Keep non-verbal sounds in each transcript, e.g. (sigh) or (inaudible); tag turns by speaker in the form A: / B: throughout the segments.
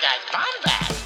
A: guys combat.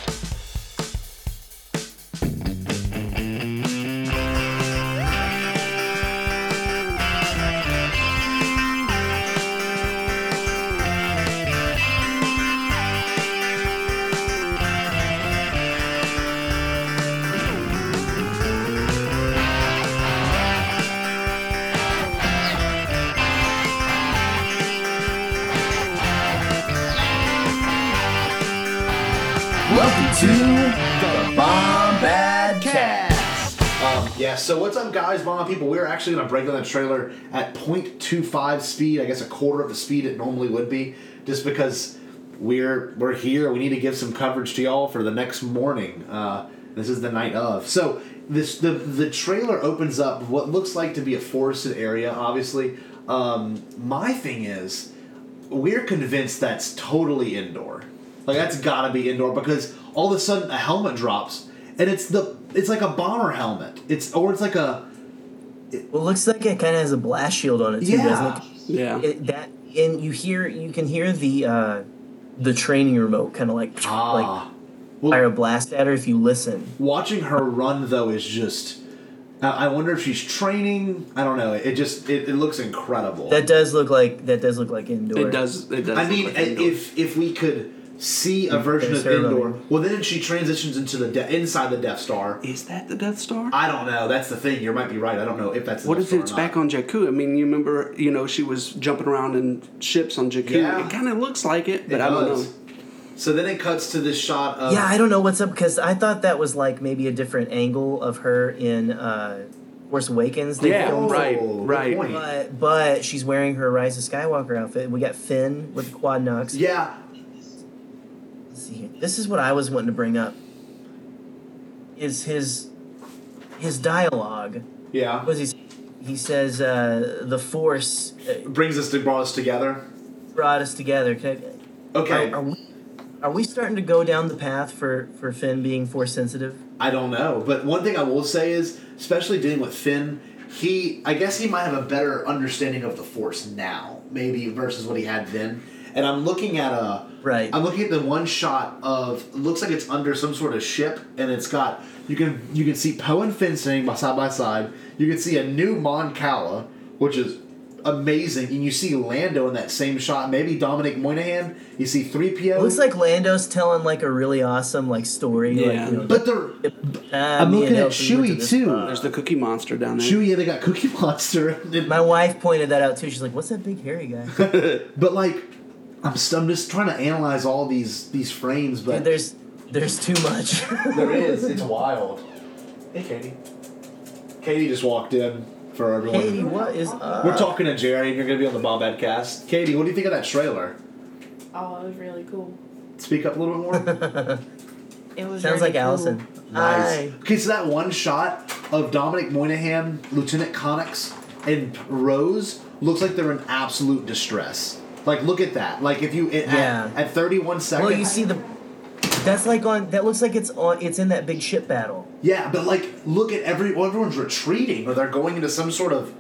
B: Welcome to the Bombad Cast.
C: Um, yeah, so what's up, guys, bomb people? We're actually going to break down the trailer at 0.25 speed, I guess a quarter of the speed it normally would be, just because we're we're here. We need to give some coverage to y'all for the next morning. Uh, this is the night of. So this the the trailer opens up what looks like to be a forested area. Obviously, um, my thing is we're convinced that's totally indoor. Like that's gotta be indoor because all of a sudden a helmet drops and it's the it's like a bomber helmet. It's or it's like a
D: Well, it looks like it kind of has a blast shield on it too,
C: yeah.
D: doesn't it?
E: Yeah.
D: it? That and you hear you can hear the uh, the training remote kind of like
C: Ah.
D: like fire a
C: Well,
D: blast at her if you listen.
C: watching her run though is just. I I wonder if she's training. I don't know. It just it, it looks incredible.
D: That does look like that does look like indoor.
E: It does. It does.
C: I
E: look
C: mean,
E: like
C: i-
E: indoor.
C: if if we could see a version
D: There's
C: of
D: her
C: indoor,
D: running.
C: well then she transitions into the de- inside the Death Star.
E: is that the Death Star?
C: I don't know. That's the thing. You might be right. I don't know if that's the
E: what
C: Death
E: if
C: Star or
E: it's
C: not.
E: back on Jakku? I mean, you remember, you know, she was jumping around in ships on Jakku.
C: Yeah.
E: It kind of looks like it,
C: It
E: but I don't
C: does.
E: know.
C: So then it cuts to this shot of
D: Yeah, I don't know what's up because I thought that was like maybe a different angle of her in uh, Force Awakens. They
E: Yeah,
D: filmed-
E: right,
C: good
E: right.
C: point.
D: But but she's wearing her Rise of Skywalker outfit. We got Finn with the quad knocks.
C: Yeah,
D: Let's see here. This is what I was wanting to bring up. Is his his dialogue?
C: yeah.
D: What does he? Say? He says uh, the Force uh,
C: Brings us to brought us together.
D: brought us together. Can I-
C: Okay,
D: Are, are we are we starting to go down the path for for Finn being Force sensitive?
C: I don't know, but one thing I will say is, especially dealing with Finn, he I guess he might have a better understanding of the Force now, maybe versus what he had then. And I'm looking at a
D: Right.
C: I'm looking at the one shot of looks like it's under some sort of ship, and it's got you can you can see Poe and Finn sitting by side by side. You can see a new Mon Cala, which is amazing, and you see Lando in that same shot. Maybe Dominic Moynihan. You see three PO.
D: It looks like Lando's telling like a really awesome like story.
E: Yeah.
D: Like, you know,
C: but they're
D: "Ah,
C: I'm
D: me
C: looking
D: and
C: at
D: Elfie went to
C: Chewie,
D: this
C: too.
D: spot."
E: There's the Cookie Monster down there.
C: Chewie, yeah, they got Cookie (laughs) Monster. and-
D: My wife pointed that out too. She's like, "What's that big hairy guy?"
C: (laughs) But like, I'm, st- I'm just trying to analyze all these these frames, but
D: Dude, there's there's too much. (laughs)
C: there is. It's wild. Hey, Katie. Katie just walked in for everyone.
D: Katie, what is up?
C: We're talking to Jerry, and you're gonna be on the Bombad Cast. Katie, what do you think of that trailer?
F: Oh, it was really cool.
C: Speak up a little bit
D: (laughs)
C: more.
F: It was
D: Sounds
F: really
D: like
F: cool.
D: Allison. Hi.
C: Okay, so that one shot of Dominic Moynihan, Lieutenant Connix, and Rose looks like they're in absolute distress. Like, look at that. Like, if you at,
D: Yeah.
C: at 31 seconds.
D: Well, you see the. That's like on. That looks like it's on. It's in that big ship battle.
C: Yeah, but like, look at every well, everyone's retreating, or they're going into some sort of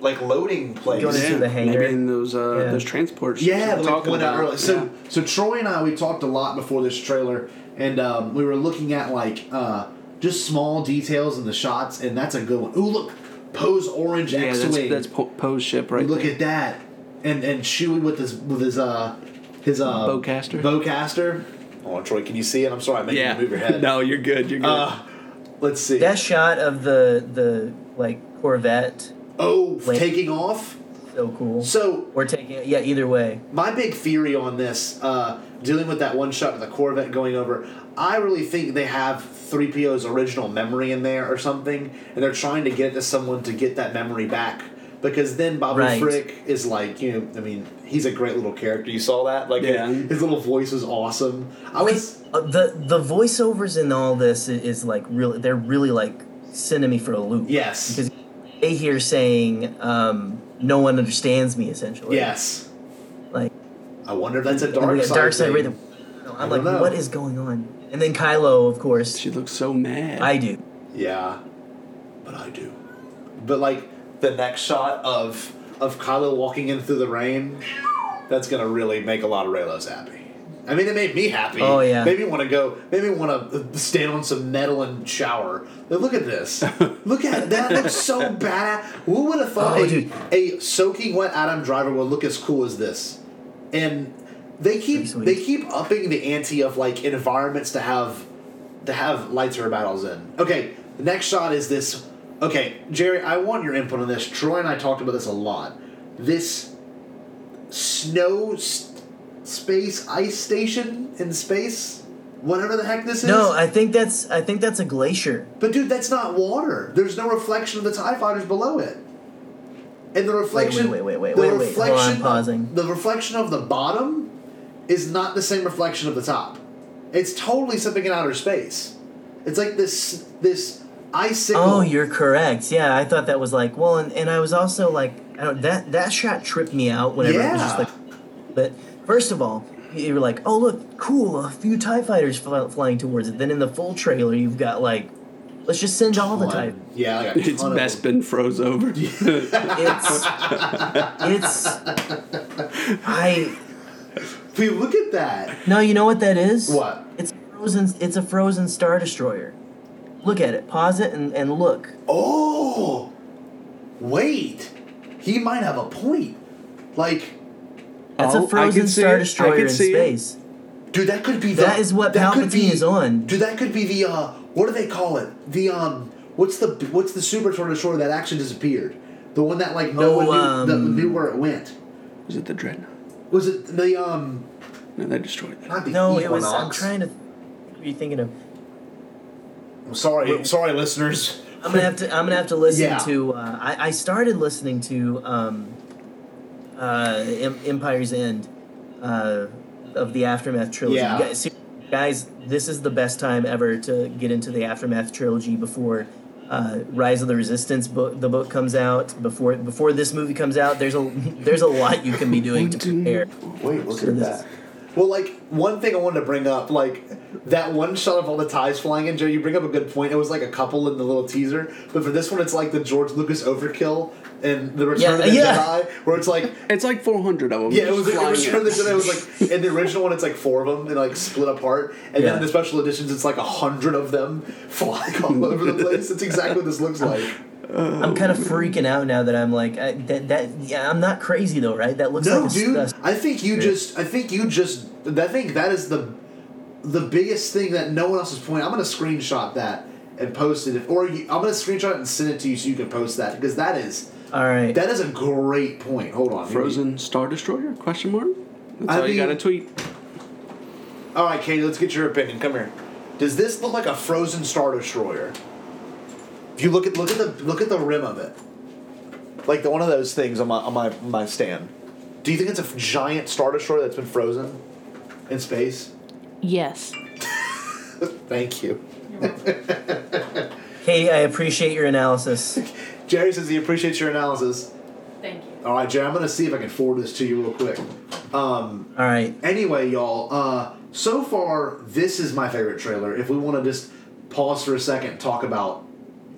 C: like loading place.
D: Going
E: Yeah,
D: into the hangar.
E: Maybe in those uh,
D: Yeah.
E: those transports.
C: yeah,
E: we're
C: like
E: talking
C: went out
E: about.
C: early. So,
E: Yeah.
C: so Troy and I we talked a lot before this trailer, and um, we were looking at like uh, just small details in the shots, and that's a good one. Ooh, look, Poe's orange
E: yeah, that's,
C: X-wing.
E: that's Po- Poe's ship right
C: look
E: there.
C: at that, and and Chewie with his with his uh his uh
E: Bowcaster.
C: bowcaster. Oh, Troy, can you see it? I'm sorry, I'm making
E: yeah.
C: you move your head.
E: (laughs) no, you're good. You're good.
C: Uh, let's see.
D: That shot of the the like Corvette.
C: oh,
D: Wait.
C: taking off.
D: So cool.
C: So
D: Or taking it. Yeah. Either way.
C: my big theory on this, uh, dealing with that one shot of the Corvette going over, I really think they have 3PO's original memory in there or something, and they're trying to get it to someone to get that memory back. Because then Bobby
D: Right.
C: Frick is like, you know, I mean, he's a great little character. You saw that? Like,
E: Yeah.
C: his little voice was awesome. I was.
D: Uh, the the voiceovers in all this is, is like really. They're really like sending me for a loop.
C: Yes.
D: Because they hear saying, um, "No one understands me," essentially.
C: Yes.
D: Like
C: I wonder if that's a
D: And
C: dark
D: we got
C: side.
D: dark side
C: thing.
D: rhythm. I'm like,
C: don't know.
D: what is going on? And then Kylo, of course,
E: she looks so mad.
D: I do.
C: Yeah, but I do. But like the next shot of of Kylo walking in through the rain, that's gonna really make a lot of Raylos happy. I mean, it made me happy.
D: Oh, yeah.
C: Made me want to go. Made me want to stand on some metal and shower. But look at this.
D: (laughs)
C: look at that. Looks so bad. Who would have thought
D: Oh,
C: a,
D: dude.
C: a soaking wet Adam Driver would look as cool as this? And they keep
D: Pretty sweet.
C: they keep upping the ante of like environments to have to have lightsaber battles in. Okay, the next shot is this. Okay, Jerry, I want your input on this. Troy and I talked about this a lot. This snow s space ice station in space, whatever the heck this is.
D: No, I think that's I think that's a glacier.
C: but dude, that's not water. There's no reflection of the Tie Fighters below it. And the reflection,
D: wait, wait, wait,
C: the
D: wait, wait. Hold on,
C: reflection-
D: pausing.
C: The reflection of the bottom is not the same reflection of the top. It's totally something in outer space. It's like this this icicle.
D: Oh, you're correct. Yeah, I thought that was like well, and, and I was also like I don't, that that shot tripped me out whenever it was just
C: Yeah.
D: like. But first of all, you were like, oh look, cool, a few Tie Fighters fly, flying towards it. Then in the full trailer, you've got like, let's just send all the Tie.
C: One- Yeah, like a
E: (laughs) (laughs) It's
C: ton of
E: best
C: them.
E: been
C: (laughs)
E: froze over. (laughs)
D: It's it's I
C: Dude, look at that.
D: no, you know what that is?
C: What?
D: It's a frozen. It's a frozen Star Destroyer. Look at it. Pause it and, and look.
C: Oh, wait. He might have a point. Like,
D: That's
E: Oh,
D: a
E: I can
D: frozen
E: see
D: Star
E: it. I
D: Destroyer
E: can
D: in
E: see it.
D: space.
C: dude, that could be the,
D: That is what
C: that could
D: Palpatine
C: be-
D: is on.
C: Dude, that could be the uh, what do they call it? The um, what's the what's the super Star Destroyer that actually disappeared? The one that like no
D: Oh,
C: one knew, that
D: um,
C: knew where it went.
E: Was it the Dreadnought?
C: Was it the um?
E: No, they destroyed that.
C: Not the
D: No, it
C: Equinox.
D: was. I'm trying to. What are you thinking of?
C: I'm sorry, sorry, listeners.
D: I'm gonna have to. I'm gonna
C: (laughs)
D: have to listen
C: Yeah.
D: to. Uh, I, I started listening to um, uh, em- Empire's End uh, of the Aftermath trilogy.
C: Yeah.
D: Guys, ser- guys, this is the best time ever to get into the Aftermath trilogy before uh, Rise of the Resistance book. The book comes out before before this movie comes out. There's a (laughs) there's a lot you can be doing to prepare.
C: Wait, look
D: So at this- that.
C: Well, like one thing I wanted to bring up, like that one shot of all the ties flying in, Joe. You bring up a good point. It was like a couple in the little teaser, but for this one, it's like the George Lucas overkill and the Return of
D: Yeah,
C: the
D: yeah.
C: Jedi, where it's like
E: It's like 400 of them.
C: Yeah, it was, it
E: flying
C: was (laughs)
E: in.
C: from the Jedi. It was like in the original one, it's like four of them and like split apart, and then
D: Yeah.
C: in the special editions, it's like a hundred of them (laughs) flying all over the place. That's exactly what this looks like.
D: I'm kind of freaking out now that I'm like I, that that yeah. I'm not crazy though, right? That looks
C: No,
D: like a,
C: dude,
D: a
C: I think you just, I think you just, I think that is the, the biggest thing that no one else is pointing. I'm gonna screenshot that and post it, or you, I'm gonna screenshot it and send it to you so you can post that because that is,
D: all right.
C: that is a great point. Hold on, maybe-
E: Frozen Star Destroyer? Question mark? That's
C: I
E: all you
C: mean-
E: gotta tweet.
C: All right, Katie, let's get your opinion. Come here. Does this look like a frozen star destroyer? If you look at look at the look at the rim of it, like the one of those things on my on my my stand. Do you think it's a f- giant star destroyer that's been frozen in space?
F: Yes.
C: Thank you.
D: Katie, I appreciate your analysis.
C: Jerry says he appreciates your analysis.
F: Thank you.
C: All right, Jerry, I'm gonna see if I can forward this to you real quick.
D: All right.
C: Anyway, y'all, uh, so far this is my favorite trailer. If we want to just pause for a second, and talk about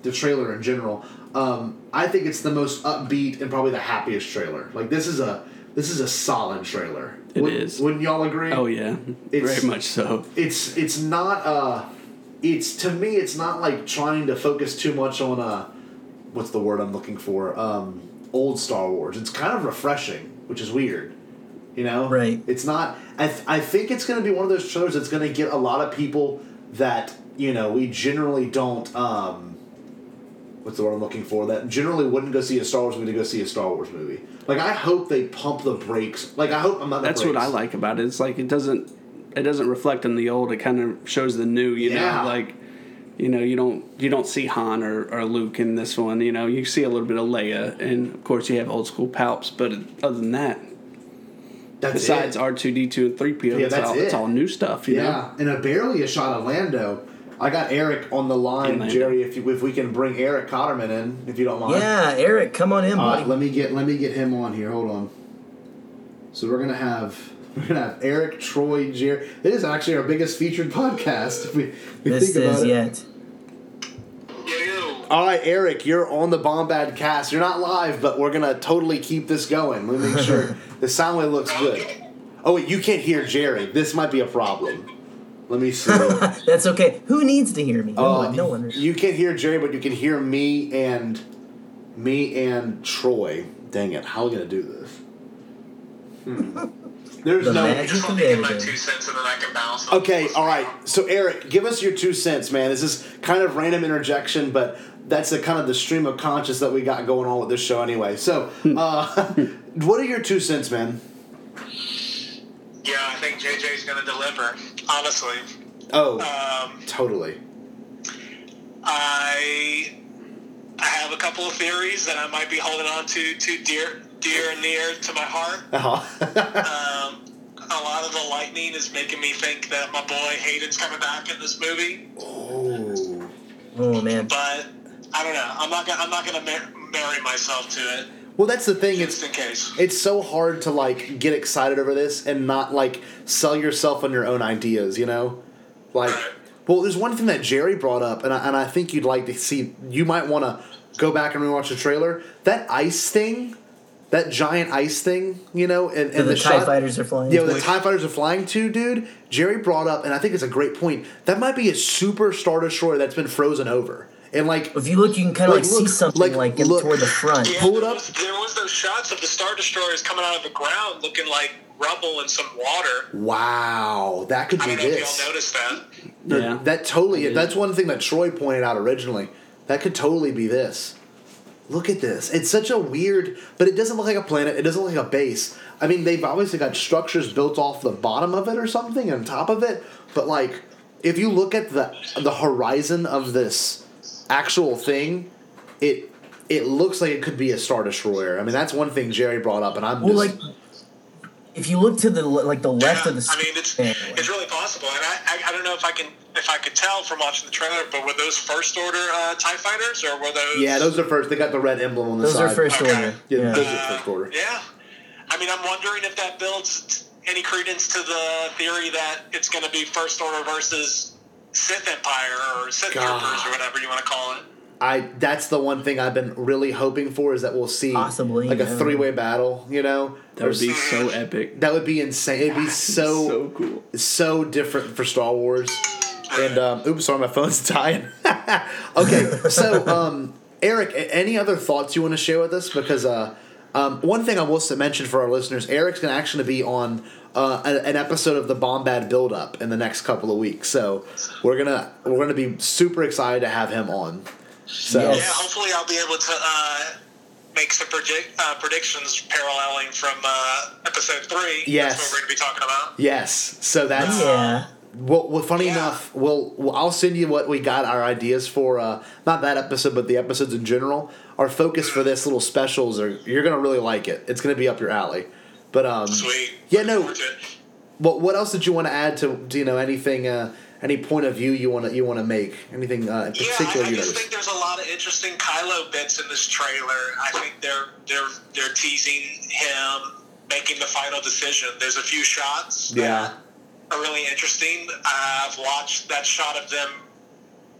C: the trailer in general, um, I think it's the most upbeat and probably the happiest trailer. Like this is a this is a solid trailer.
E: It
C: It
E: is.
C: Wouldn't y'all agree?
E: Oh, yeah.
C: It's-
E: Very much so.
C: It's it's not uh, it's to me it's not like trying to focus too much on uh, what's the word I'm looking for? Um, old Star Wars. It's kind of refreshing, which is weird. You know,
D: Right.
C: It's not. I th- I think it's going to be one of those shows that's going to get a lot of people that you know we generally don't. Um, what's the word I'm looking for? That generally wouldn't go see a Star Wars movie to go see a Star Wars movie. Like I hope they pump the brakes. Like I hope I'm not. the
E: That's what
C: brakes.
E: I like about it. It's like it doesn't it doesn't reflect on the old. It kind of shows the new. You
C: Yeah.
E: know, like you know you don't you don't see Han or, or Luke in this one. You know, you see a little bit of Leia, and of course you have old school Palps. But other than that,
C: That's
E: besides
C: it.
E: R two D two and three PO,
C: Yeah,
E: it's
C: that's
E: all
C: it.
E: it's all new stuff. You know,
C: Yeah, and a barely a shot of Lando. I got Eric on the line,
E: And Lando.
C: Jerry. If you, if we can bring Eric Cotterman in, if you don't mind.
D: Yeah, Eric, come on in,
C: All
D: buddy.
C: right, Uh, let me get let me get him on here. Hold on. So we're gonna have (laughs) we're gonna have Eric, Troy, Jerry. It is actually our biggest featured podcast. (laughs) If we, if we
D: this
C: think about
D: is
C: it.
D: yet.
C: All right, Eric, you're on the Bombad
D: (laughs)
C: cast. You're not live, but we're gonna totally keep this going. Let me make sure the sound wave looks good. Oh wait, you can't hear Jerry. This might be a problem. Let me see.
D: (laughs)
C: oh,
D: That's okay. Who needs to hear me? No one. No one.
C: Um, You can hear Jerry, but you can hear me and me and Troy. Dang it! How are we gonna do this? Hmm. (laughs) There's
D: The
C: no.
D: magic
A: Just
D: of
A: let me get my two
D: editing.
A: cents and then I can bounce. off
C: Okay,
A: of
C: all right. So Eric, give us your two cents, man. This is kind of random interjection, but that's the kind of the stream of conscious that we got going on with this show anyway. So,
D: Hmm.
C: uh, (laughs) what are your two cents, man?
A: Yeah, I think JJ's going to deliver. Honestly,
C: Oh,
A: um,
C: totally.
A: I I have a couple of theories that I might be holding on to too dear, dear and near to my heart.
C: Uh-huh. (laughs)
A: Um, a lot of the lightning is making me think that my boy Hayden's coming back in this movie,
C: oh.
D: Oh man.
A: but I don't know. I'm not gonna I'm not gonna mar- marry myself to it
C: Well, that's the thing. It's
A: just in case.
C: it's so hard to like get excited over this and not like sell yourself on your own ideas, you know?
A: (laughs)
C: Like, well, there's one thing that Jerry brought up, and I, and I think you'd like to see. You might want to go back and rewatch the trailer. That ice thing, that giant ice thing, you know, and, and the,
D: the TIE
C: shot-
D: fighters are flying
C: Yeah, where the
D: towards-
C: Tie Fighters are flying to, dude. Jerry brought up, and I think it's a great point. That might be a super Star Destroyer that's been frozen over, and like
D: (laughs) If you look, you can kind of
C: Like,
D: like,
C: look,
D: see something
C: like,
D: like, him
C: look.
D: toward the front.
A: Yeah,
C: Pull it
A: there
C: up.
A: Was, there was those shots of the star destroyers coming out of the ground, looking like rubble and some water.
C: wow, that could
A: I
C: be
A: don't know if
C: this.
A: y'all noticed that.
E: Yeah.
C: That totally. That's one thing that Troy pointed out originally. That could totally be this. Look at this. It's such a weird, but it doesn't look like a planet. It doesn't look like a base. I mean, they've obviously got structures built off the bottom of it or something and top of it. But like, if you look at the the horizon of this actual thing, it it looks like it could be a star destroyer. I mean, that's one thing Jerry brought up, and I'm
D: Well, like
C: just,
D: if you look to the le- like the left
A: Yeah,
D: of the.
A: I mean, it's
D: Yeah.
A: it's really possible, and I, I I don't know if I can if I could tell from watching the trailer, but were those first order uh, Tie Fighters or were those?
C: yeah, those are first. They got the red emblem on the
D: those
C: side.
D: are first
A: Okay.
D: order.
C: Yeah,
D: Yeah.
C: those are first order.
A: uh, Yeah, I mean, I'm wondering if that builds t- any credence to the theory that it's going to be first order versus Sith Empire or Sith
C: God.
A: Troopers or whatever you want to call it.
C: I that's the one thing I've been really hoping for is that we'll see
D: Possibly,
C: like a
D: yeah.
C: three way battle. You know,
E: That would be so epic.
C: that would be insane. It'd be so
E: so cool.
C: so different for Star Wars. And um, oops, sorry, my phone's (laughs) dying. okay, so um, Eric, a- any other thoughts you want to share with us? Because uh, um, one thing I will s- mention for our listeners, Eric's going to actually be on uh, an, an episode of the Bombad Build Up in the next couple of weeks. So we're gonna we're gonna be super excited to have him on. So.
D: Yes.
A: Yeah, hopefully I'll be able to uh, make some predict, uh, predictions paralleling from uh, episode three.
C: Yes.
A: That's what we're going to be talking about.
C: Yes. So that's
A: Uh,
D: Yeah.
C: well. well funny
A: Yeah.
C: enough, we'll, well, I'll send you what we got our ideas for. Uh, not that episode, but the episodes in general. Our focus for this little specials are you're gonna really like it. It's gonna be up your alley. But um,
A: Sweet.
C: Yeah, no.
A: Looking forward to it.
C: what what else did you want to add to, to, you know anything? Uh, any point of view you want to you want to make? Anything uh, in
A: Yeah,
C: particular?
A: I, I
C: you
A: just
C: noticed?
A: think there's a lot of interesting Kylo bits in this trailer. I think they're they're they're teasing him making the final decision. There's a few shots
C: Yeah.
A: that are really interesting. I've watched that shot of them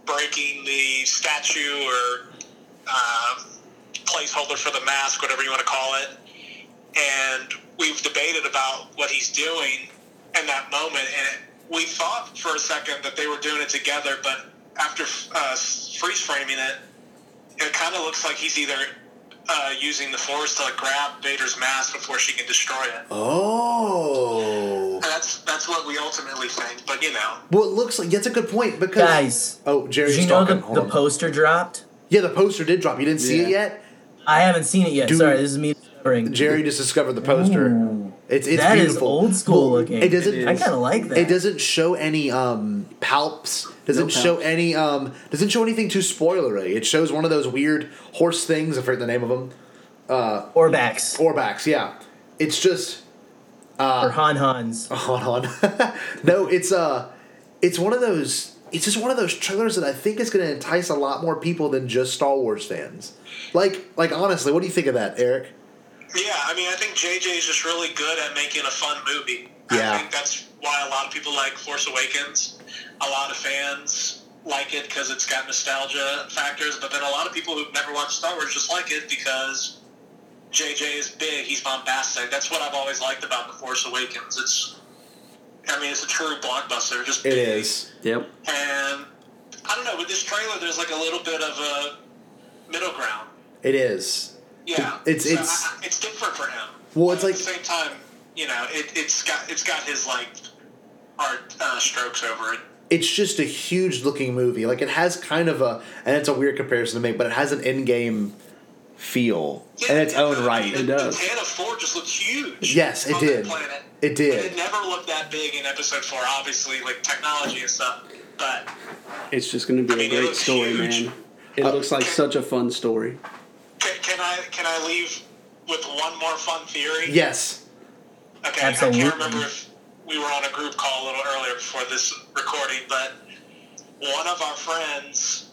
A: breaking the statue or um, placeholder for the mask, whatever you want to call it. And we've debated about what he's doing in that moment. And we thought for a second that they were doing it together, but after uh, freeze framing it, it kind of looks like he's either uh, using the force to grab Vader's mask before she can destroy it.
C: Oh.
A: And that's that's what we ultimately think. But you know,
C: Well, it looks like that's a good point because
D: Guys,
C: Oh, Jerry's
D: did you know the,
C: talking. Hold
D: the
C: on.
D: poster dropped?
C: yeah, the poster did drop. You didn't see it
E: Yeah.
C: yet.
D: I haven't seen it yet.
C: Dude.
D: Sorry, this is me discovering.
C: Jerry just discovered the poster.
D: Ooh.
C: It's it's
D: That is
C: beautiful.
D: old school
C: Well,
D: looking.
C: It doesn't.
E: It
D: I
E: is.
D: kind of like that.
C: It doesn't show any um palps. Doesn't
E: No
C: show
E: palps.
C: any um. Doesn't show anything too spoilery. It shows one of those weird horse things. I forget the name of them.
D: Or backs.
C: Or backs. Yeah. It's just (laughs) Oh.
D: or Han Hans.
C: hold on. no, it's uh, it's one of those. It's just one of those trailers that I think is going to entice a lot more people than just Star Wars fans. Like, like honestly, what do you think of that, Eric?
A: yeah, I mean, I think JJ is just really good at making a fun movie.
C: Yeah.
A: I think that's why a lot of people like Force Awakens. A lot of fans like it because it's got nostalgia factors, but then a lot of people who've never watched Star Wars just like it because JJ is big. He's bombastic. That's what I've always liked about The Force Awakens. It's, I mean, it's a true blockbuster. Just
C: It
A: big.
C: is.
E: Yep.
A: And I don't know. With this trailer, there's like a little bit of a middle ground.
C: It is.
A: Yeah,
C: It's-
A: So
C: it's-
A: I, I- it's different for him.
C: Well, it's
A: But
C: like-
A: at the same time, you know, it, it's got it's got his like art uh, strokes over it.
C: It's just a huge looking movie. Like it has kind of a, and it's a weird comparison to make, but it has an in game feel
A: Yeah,
C: in its
A: and
C: own
A: the-
C: right.
A: The,
E: It does.
A: The Tana Four just looked huge.
C: Yes, it
A: on that
C: did.
A: Planet.
C: It did.
A: And it never looked that big in Episode Four. Obviously, like technology and stuff. But
E: It's just going to be
A: mean,
E: a
A: it
E: great
A: looks
E: story,
A: huge.
E: man. It
D: Uh,
E: looks like such a fun story.
A: can, can I can I leave with one more fun theory?
C: Yes.
A: Okay, I
D: Absolutely.
A: can't remember if we were on a group call a little earlier before this recording, but one of our friends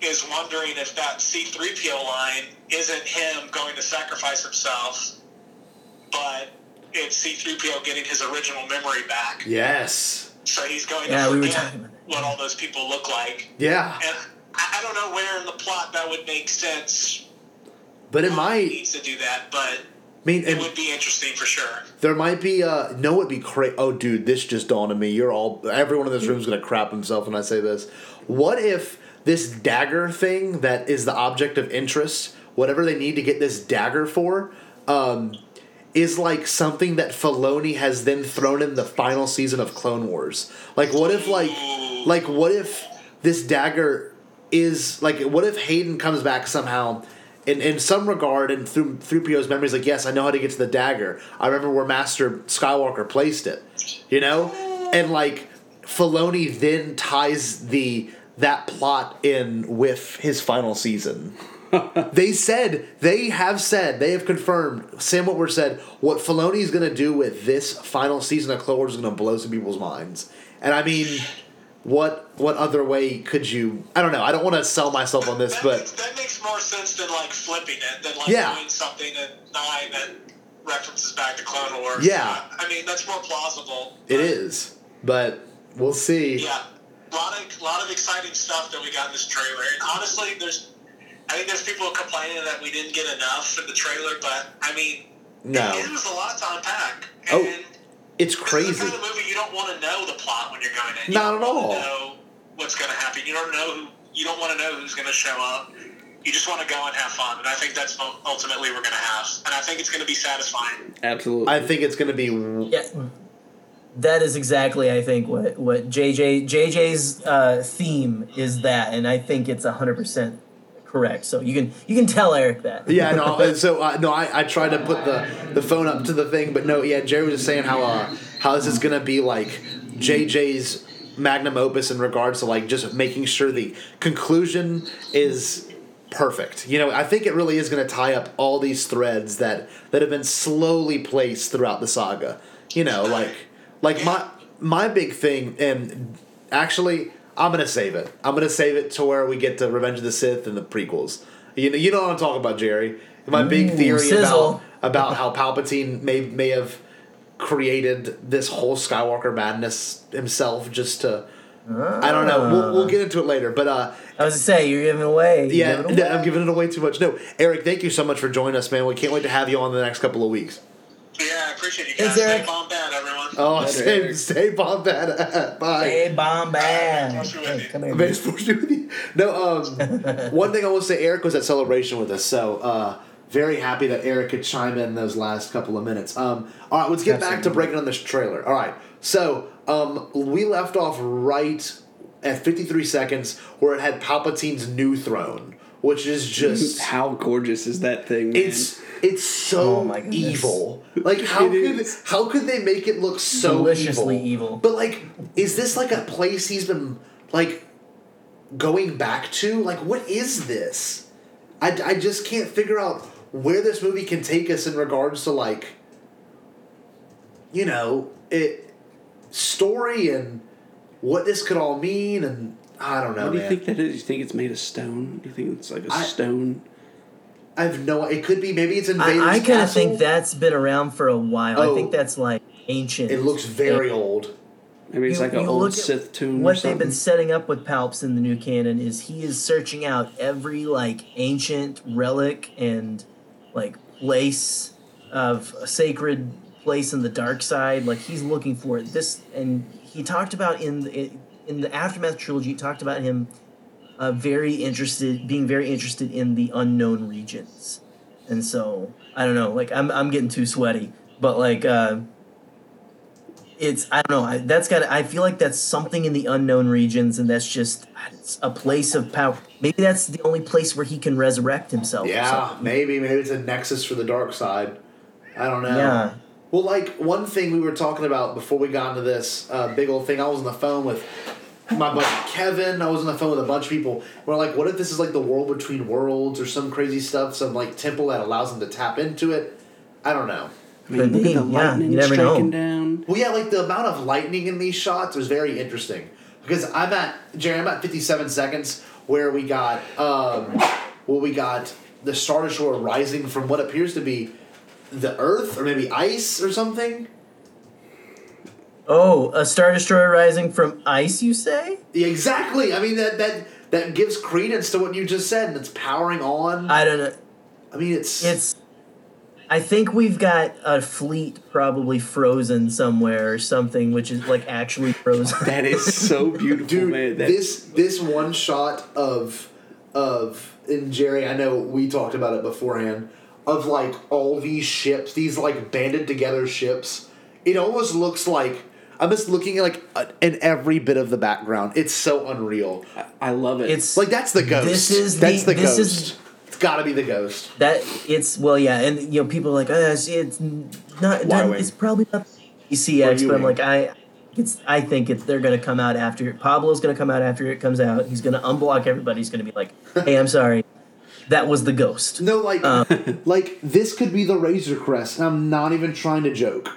A: is wondering if that C3PO line isn't him going to sacrifice himself, but it's C3PO getting his original memory back.
C: Yes.
A: So he's going
D: Yeah,
A: to
D: we were
A: forget
D: talking about that.
A: what all those people look like.
C: Yeah.
A: And I I don't know where in the plot that would make sense.
C: But it
A: He
C: might.
A: needs to do that, but
C: I mean,
A: it
C: and
A: would be interesting for sure.
C: there might be. Uh, no, it'd be crazy. Oh, dude, this just dawned on me. You're all. Everyone in this room's gonna crap himself when I say this. What if this dagger thing that is the object of interest, whatever they need to get this dagger for, um, is like something that Filoni has then thrown in the final season of Clone Wars? Like, what if like, like, what if this dagger is like what if Hayden comes back somehow in, in some regard and through through Po's memories like yes I know how to get to the dagger I remember where Master Skywalker placed it you know and like Filoni then ties the that plot in with his final season they said they have said they have confirmed Sam Witwer said what Filoni is going to do with this final season of Clone Wars is going to blow some people's minds and I mean what what other way could you I don't know I don't want to sell myself on this
A: that
C: but
A: makes, that makes more sense than like flipping it than like
C: Yeah.
A: doing something at nine that references back to Clone Wars.
C: Yeah.
A: I mean that's more plausible.
C: it is but we'll see
A: Yeah, lot of lot of exciting stuff that we got in this trailer. And honestly, there's I think there's people complaining that we didn't get enough in the trailer, but I mean,
C: No.
A: it, it was a lot to unpack.
C: Oh,
A: And
C: it's
A: It's the
C: crazy
A: kind of movie you don't want to know the plot when you're going in. You
C: Not
A: don't
C: at
A: wanna
C: all.
A: Know what's going to happen? You don't know who. You don't want to know who's going to show up. You just want to go and have fun, and I think that's what ultimately we're going to have, and I think it's going to be satisfying.
E: Absolutely.
C: I think it's going to be
D: Yeah, that is exactly I think what what JJ JJ's uh, theme is that, and I think it's hundred percent correct. So you can you can tell Eric that.
C: (laughs) Yeah, no. and So uh, no, I, I tried to put the, the phone up to the thing, but no. Yeah, Jerry was just saying how uh, how this is gonna be like JJ's magnum opus in regards to like just making sure the conclusion is perfect. You know, I think it really is gonna tie up all these threads that that have been slowly placed throughout the saga. You know, like like my my big thing and actually I'm gonna save it. I'm gonna save it to where we get to Revenge of the Sith and the prequels. You know, you know what I'm talking about, Jerry. My big
D: Ooh,
C: theory
D: sizzle.
C: about about how Palpatine may may have created this whole Skywalker madness himself just to. I don't know. We'll, we'll get into it later, but uh,
D: (laughs) I was gonna say you're giving away. you're
C: yeah,
D: giving
C: no,
D: away.
C: I'm giving it away too much. No, Eric, thank you so much for joining us, man. We can't wait to have you on the next couple of weeks.
A: Yeah, I appreciate you guys.
D: Is there-
A: Stay bomb bad, everyone.
C: Oh, stay, (laughs)
E: Eric.
C: stay bomb bad. Bye.
D: Hey, bomb bad.
A: What's your
D: Hey, come here.
C: May it's forced with you. No, um, one thing I will say, Eric was at celebration with us, so uh, very happy that Eric could chime in those last couple of minutes. Um, all right, let's get back to breaking on this trailer. All right, so um, we left off right at 53 seconds where it had Palpatine's new throne, which is
E: (laughs)
C: just
E: How gorgeous is that thing? Man?
C: it's it's so
D: Oh my goodness.
E: (laughs)
C: evil. Like how
E: It
C: could
E: is.
C: how could they make it look so
D: Deliciously evil.
C: But like, is this like a place he's been like going back to? Like, what is this? I, I just can't figure out where this movie can take us in regards to like, you know, it story and what this could all mean and I don't know.
E: What do
D: Oh,
E: you
C: man.
E: think that is? You think it's made of stone? Do you think it's like a
C: I-
E: stone?
C: I have no. It could be maybe it's invaders.
D: I, I kind of
C: castle.
D: think that's been around for a while.
C: Oh.
D: I think that's like ancient.
C: it looks very old.
E: Maybe it's
D: You-
E: like an
D: you
E: old
D: look at
E: Sith tomb. or
D: what they've
E: something.
D: been setting up with Palps in the new canon is he is searching out every like ancient relic and like place of a sacred place in the dark side. Like he's looking for it. This and he talked about in the, in the aftermath trilogy. He talked about him uh, very interested, being very interested in the unknown regions. And so I don't know. Like I'm I'm getting too sweaty, but like. Uh, it's I don't know. I, that's got. I feel like that's something in the unknown regions, and that's just it's a place of power. Maybe that's the only place where he can resurrect himself. or
C: Yeah,
D: something.
C: maybe maybe it's a nexus for the dark side. I don't know.
D: Yeah.
C: Well, like one thing we were talking about before we got into this uh, big old thing, I was on the phone with my buddy Kevin. I was on the phone with a bunch of people. We're like, what if this is like the world between worlds or some crazy stuff, some like temple that allows them to tap into it? I don't know.
E: I mean,
D: Could
E: look at the
D: be, yeah,
E: lightning
D: you never know.
E: striking down.
C: Well, yeah, like the amount of lightning in these shots was very interesting because I'm at Jerry. I'm at 57 seconds where we got um, where we got the Star Destroyer rising from what appears to be the Earth or maybe ice or something.
D: Oh, a star destroyer rising from ice. You say?
C: Yeah, exactly. I mean that that that gives credence to what you just said, and it's powering on. I,
D: I don't know.
C: mean, it's
D: It's. I think we've got a fleet probably frozen somewhere or something, which is like actually frozen.
E: That
D: (laughs)
E: is so beautiful,
C: dude.
E: man. That,
C: this this one shot of of and Jerry, I know we talked about it beforehand. Of like all these ships, these like banded together ships. It almost looks like I'm just looking at like uh, in every bit of the background. It's so unreal.
E: I love it.
D: It's
C: Like that's the ghost.
D: This is
C: that's
D: the-
C: the,
D: this
C: ghost.
D: is-
C: it's got to be the ghost.
D: that it's well yeah and you know people are like oh, it's, it's not
C: Y-wing.
D: it's probably not
C: Or
D: ECX but
C: U-wing.
D: I'm like I it's I think it's they're gonna come out after it. Pablo's gonna come out after it comes out he's gonna unblock everybody he's gonna be like hey I'm sorry that was the ghost
C: No, like,
D: Uh.
C: like this could be the Razor Crest, and I'm not even trying to joke.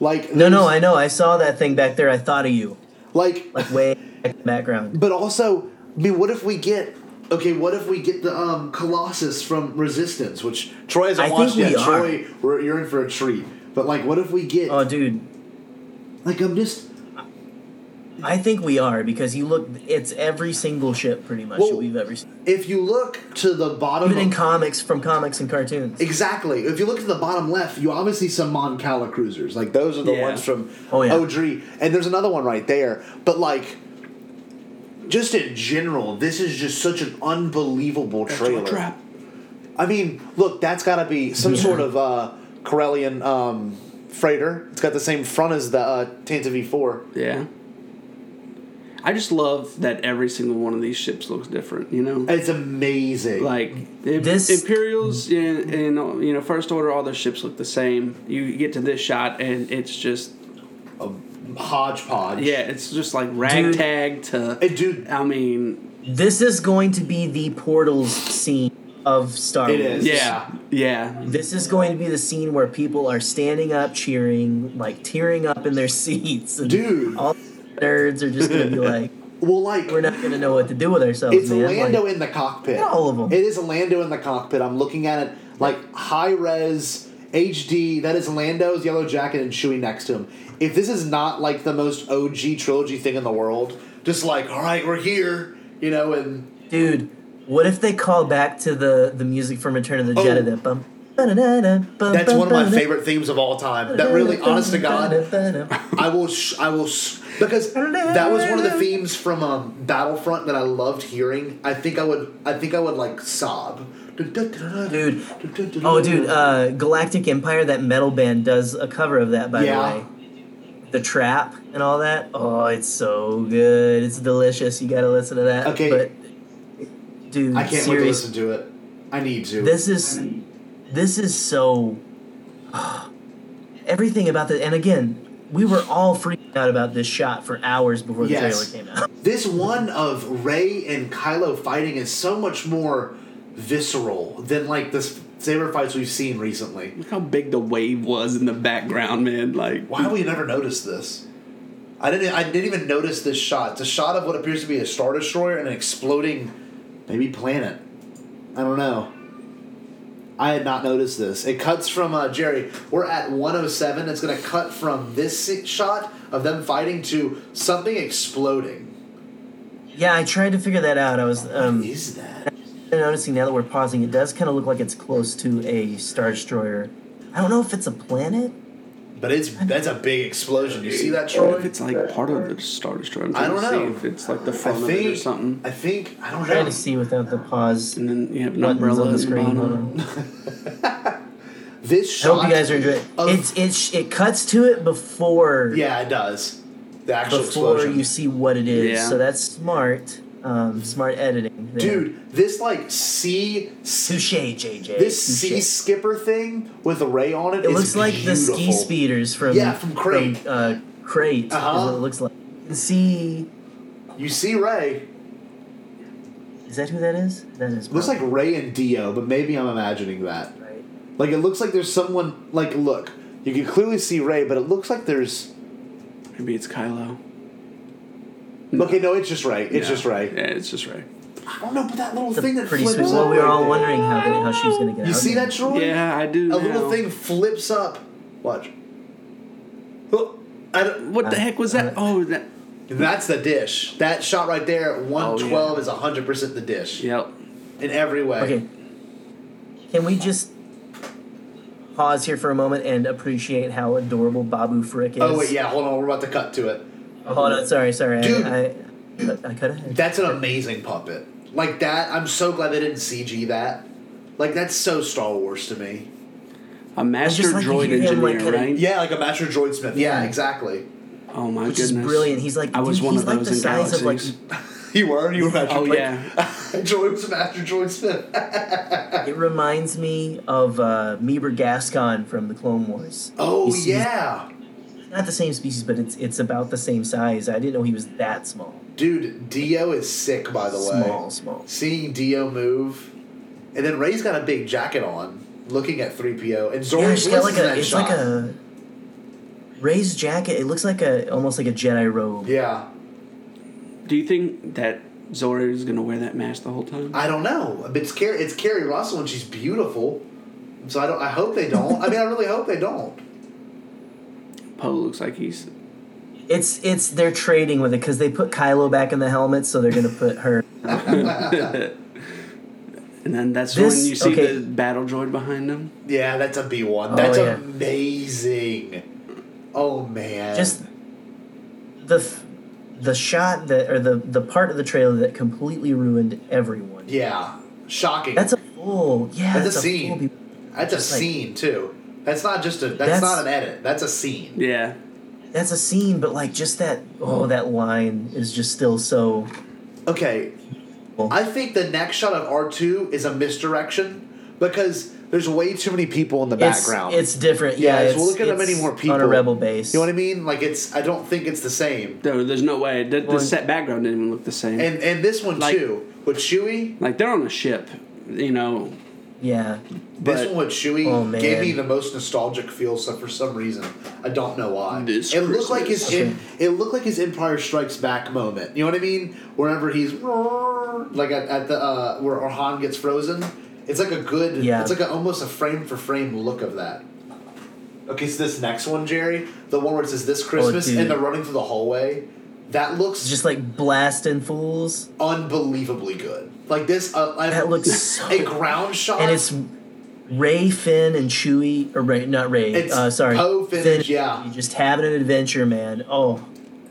C: Like,
D: no no I know I saw that thing back there I thought of you
C: like,
D: like way back in the background
C: but also, I mean, what if we get? Okay, what if we get the um, Colossus from Resistance, which Troy hasn't
D: I think
C: watched
D: we
C: yet.
D: are.
C: Troy, we're, you're in for a treat. But like, what if we get?
D: oh dude
C: like, I'm just
D: I think we are because you look it's every single ship pretty much
C: Well,
D: that we've ever seen
C: if you look to the bottom.
D: even in
C: of-
D: comics from comics and cartoons
C: Exactly. If you look to the bottom left, you obviously see some Mon Cala cruisers. Like those are the
E: Yeah.
C: ones from
D: Oh, yeah.
C: Odri. And there's another one right there. But like just in general, this is just such an unbelievable trailer.
E: Drop.
C: I mean, look, that's gotta be some sort of uh Corellian um freighter. It's got the same front as the uh Tanta V four.
E: Yeah. I just love that every single one of these ships looks different, you know?
C: It's amazing.
E: Like the
D: This-
E: Imperials and, and you know First Order, all their ships look the same. You get to this shot and it's just
C: a hodgepodge.
E: yeah, it's just like ragtag to.
C: Hey, dude.
E: I mean,
D: This is going to be the portals scene of Star
C: It
D: Wars.
C: is.
E: yeah, yeah.
D: This is going to be the scene where people are standing up, cheering, like tearing up in their (laughs) seats. And
C: Dude.
D: all the nerds are just going to be
C: (laughs)
D: like,
C: Well like
D: "We're not going to know what to do with ourselves,
C: It's
D: man." Like,
C: Lando in the cockpit.
D: Not all of 'em.
C: It is Lando in the cockpit. I'm looking at it like high res HD. That is Lando's yellow jacket and Chewie next to him. If this is not like the most OG trilogy thing in the world, just like all right, we're here, you know, and
D: dude, what if they call back to the the music from Return of the
C: Oh.
D: Jedi? That bum. That's
C: that's one of my favorite themes of all time. That really, honest to God, I will, sh- I will, sh- because that was one of the themes from um, Battlefront that I loved hearing. I think I would, I think I would like sob.
D: Dude. Oh, dude, uh, Galactic Empire, that metal band, does a cover of that, by
C: Yeah.
D: the way. The Trap and all that. Oh, it's so good. It's delicious. You gotta listen to that.
C: Okay.
D: But, dude,
C: I can't wait to
D: serious-
C: listen to it. I need to.
D: Mm, This is. This is so. (sighs) everything about the. And again, we were all freaking out about this shot for hours before the
C: Yes.
D: trailer came out. (laughs)
C: This one of Ray and Kylo fighting is so much more visceral than like the s- saber fights we've seen recently.
E: Look how big the wave was in the background, man. Like
C: Why have we never noticed this? I didn't. I didn't even notice this shot. It's a shot of what appears to be a star destroyer and an exploding, maybe planet. I don't know. I had not noticed this. It cuts from uh, Jerry. We're at 107. It's going to cut from this si- shot of them fighting to something exploding.
D: yeah, I tried to figure that out. I was.
C: What
D: Um,
C: is that?
D: been noticing now that we're pausing, it does kind of look like it's close to a star destroyer. I don't know if it's a planet.
C: But it's that's a big explosion. You see that,
E: Or
C: Troy?
E: if it's like part of the Star Destroyer. I'm
C: I
E: trying to
C: don't know.
E: See if it's like the
C: I
E: front of it or
C: think
E: something.
C: I think I don't
D: Trying
C: know.
D: to see without the pause.
E: And then you have an
D: buttons
E: umbrella
D: on the
E: and
D: screen.
E: bottom.
D: Hold on.
C: This
D: I
C: shot.
D: hope you guys are enjoying.
C: of-
D: It's it's it cuts to it before
C: Yeah, it does. The actual
D: before
C: explosion.
D: you see what it is.
E: Yeah.
D: So that's smart, um, smart editing, there.
C: Dude, this like sea
D: Touche, JJ.
C: this
D: Touche.
C: sea skipper thing with a ray on it.
D: It looks like the ski
C: speed.
D: speeders from
C: Yeah, from Crate.
D: uh, Crate is
C: Uh-huh.
D: what it looks like. See,
C: You see Ray.
D: is that who that is? That is.
C: Looks like Ray and Dio, but maybe I'm imagining that.
D: Right.
C: Like it looks like there's someone. Like look, you can clearly see Ray, but it looks like there's.
E: Maybe it's Kylo.
C: Okay, no, it's just Ray. It's
E: No.
C: just Ray.
E: Yeah, it's just Ray.
C: I don't know, but that little
D: It's a
C: thing that
D: pretty
C: flips
D: sweet.
C: up
D: Well, we were
C: right
D: all
C: there.
D: wondering how, they, how she was going to get
C: You
D: out.
C: see
D: there.
C: that, Troy?
E: Yeah, I do.
C: A little
E: now.
C: thing flips up. Watch. Oh, I don't-
E: What the heck was that? Oh, that.
C: that's the dish. That shot right there, at 112
E: Oh, yeah.
C: is 100% the dish
E: Yep.
C: in every way.
D: Okay. Can we just pause here for a moment and appreciate how adorable Babu Frick is?
C: Oh, wait, yeah, hold on. We're about to cut to it.
D: Hold on, sorry, sorry.
C: Dude.
D: I, I, I cut ahead.
C: That's an amazing puppet. Like that, I'm so glad they didn't CG that. Like, that's so Star Wars to me.
E: A master
D: just like to
E: droid
D: hear him, like,
E: engineer,
D: kinda-
E: right?
C: Yeah, like a Master Droid Smith. Yeah,
D: Yeah.
C: exactly.
E: Oh my
D: Which is
E: goodness.
D: brilliant. He's like,
E: I was
D: dude,
E: one
D: he's
E: of
D: like
E: those
D: the
E: in
D: size of, like-
E: galaxies.
C: You were? You were Master
E: Oh
C: Droid-
E: yeah.
C: (laughs) Droid was Master Droid Smith.
D: It reminds me of uh, Meeber Gascon from the Clone Wars.
C: oh,
D: You see-
C: yeah.
D: Not the same species, but it's it's about the same size. I didn't know he was that small.
C: Dude, Dio is sick, by the way.
D: Small, small.
C: seeing Dio move, and then Ray's got a big jacket on, looking at three PO, and
D: Yeah,
C: Zorn's
D: it's got like
C: that
D: a, it's
C: shot.
D: like a Ray's jacket. It looks like a almost like a Jedi robe.
C: yeah,
E: do you think that Zora is gonna wear that mask the whole time?
C: I don't know. But It's Carrie, it's Carrie Russell, and she's beautiful. So I don't. I hope they don't. I mean, I really hope they don't.
E: Poe looks like
D: (laughs)
E: he's.
D: It's it's they're trading with it because they put Kylo back in the helmet, so they're gonna
C: (laughs)
D: put her.
E: and then that's
D: This-
E: when you see
D: okay.
E: the battle droid behind him.
C: Yeah, that's a B one.
D: Oh,
C: That's
D: yeah.
C: amazing. Oh man,
D: Just the f- the shot that or the the part of the trailer that completely ruined everyone.
C: yeah, shocking.
D: That's a full yeah.
C: That's a
D: full
C: scene.
D: be-
C: That's a
D: just like-
C: scene too. That's not just a. That's,
D: That's-
C: not an edit. That's a scene.
E: Yeah.
D: that's a scene, but like just that oh
C: Mm.
D: that line is just still so.
C: Okay, I think the next shot of R two is a misdirection because there's way too many people in the
D: It's,
C: background.
D: it's different.
C: yeah,
D: Yeah,
C: so we'll look at how many
D: it's
C: more people
D: on a rebel base.
C: You know what I mean? Like it's. I don't think it's the same.
E: There, there's no way. The, the
D: Well,
E: set background didn't even look the same.
C: And and this one
E: Like-
C: too with Chewie.
E: like they're on a ship, you know.
D: Yeah,
C: This
E: But-
C: one with Chewie
D: Oh,
C: gave
D: man.
C: me the most nostalgic feel. So for some reason, I don't know why.
E: This
C: it looked like his.
D: Christmas.
C: em- it looked like his Empire Strikes Back moment. You know what I mean? Whenever he's like at, at the uh, where Orhan gets frozen. It's like a good.
D: Yeah.
C: It's like a, almost a frame for frame look of that. Okay, so this next one, Jerry, the one where it says this Christmas
D: Oh, dude.
C: and they're running through the hallway, that looks
D: just like blasting fools.
C: unbelievably good. Like this, uh, I- (laughs)
D: That looks so.
C: a ground shot,
D: and it's Ray, Finn, and Chewie, or Ray, not Ray.
C: It's
D: uh, sorry,
C: Poe, Finn, and yeah.
D: Chewie just having an adventure, man. Oh,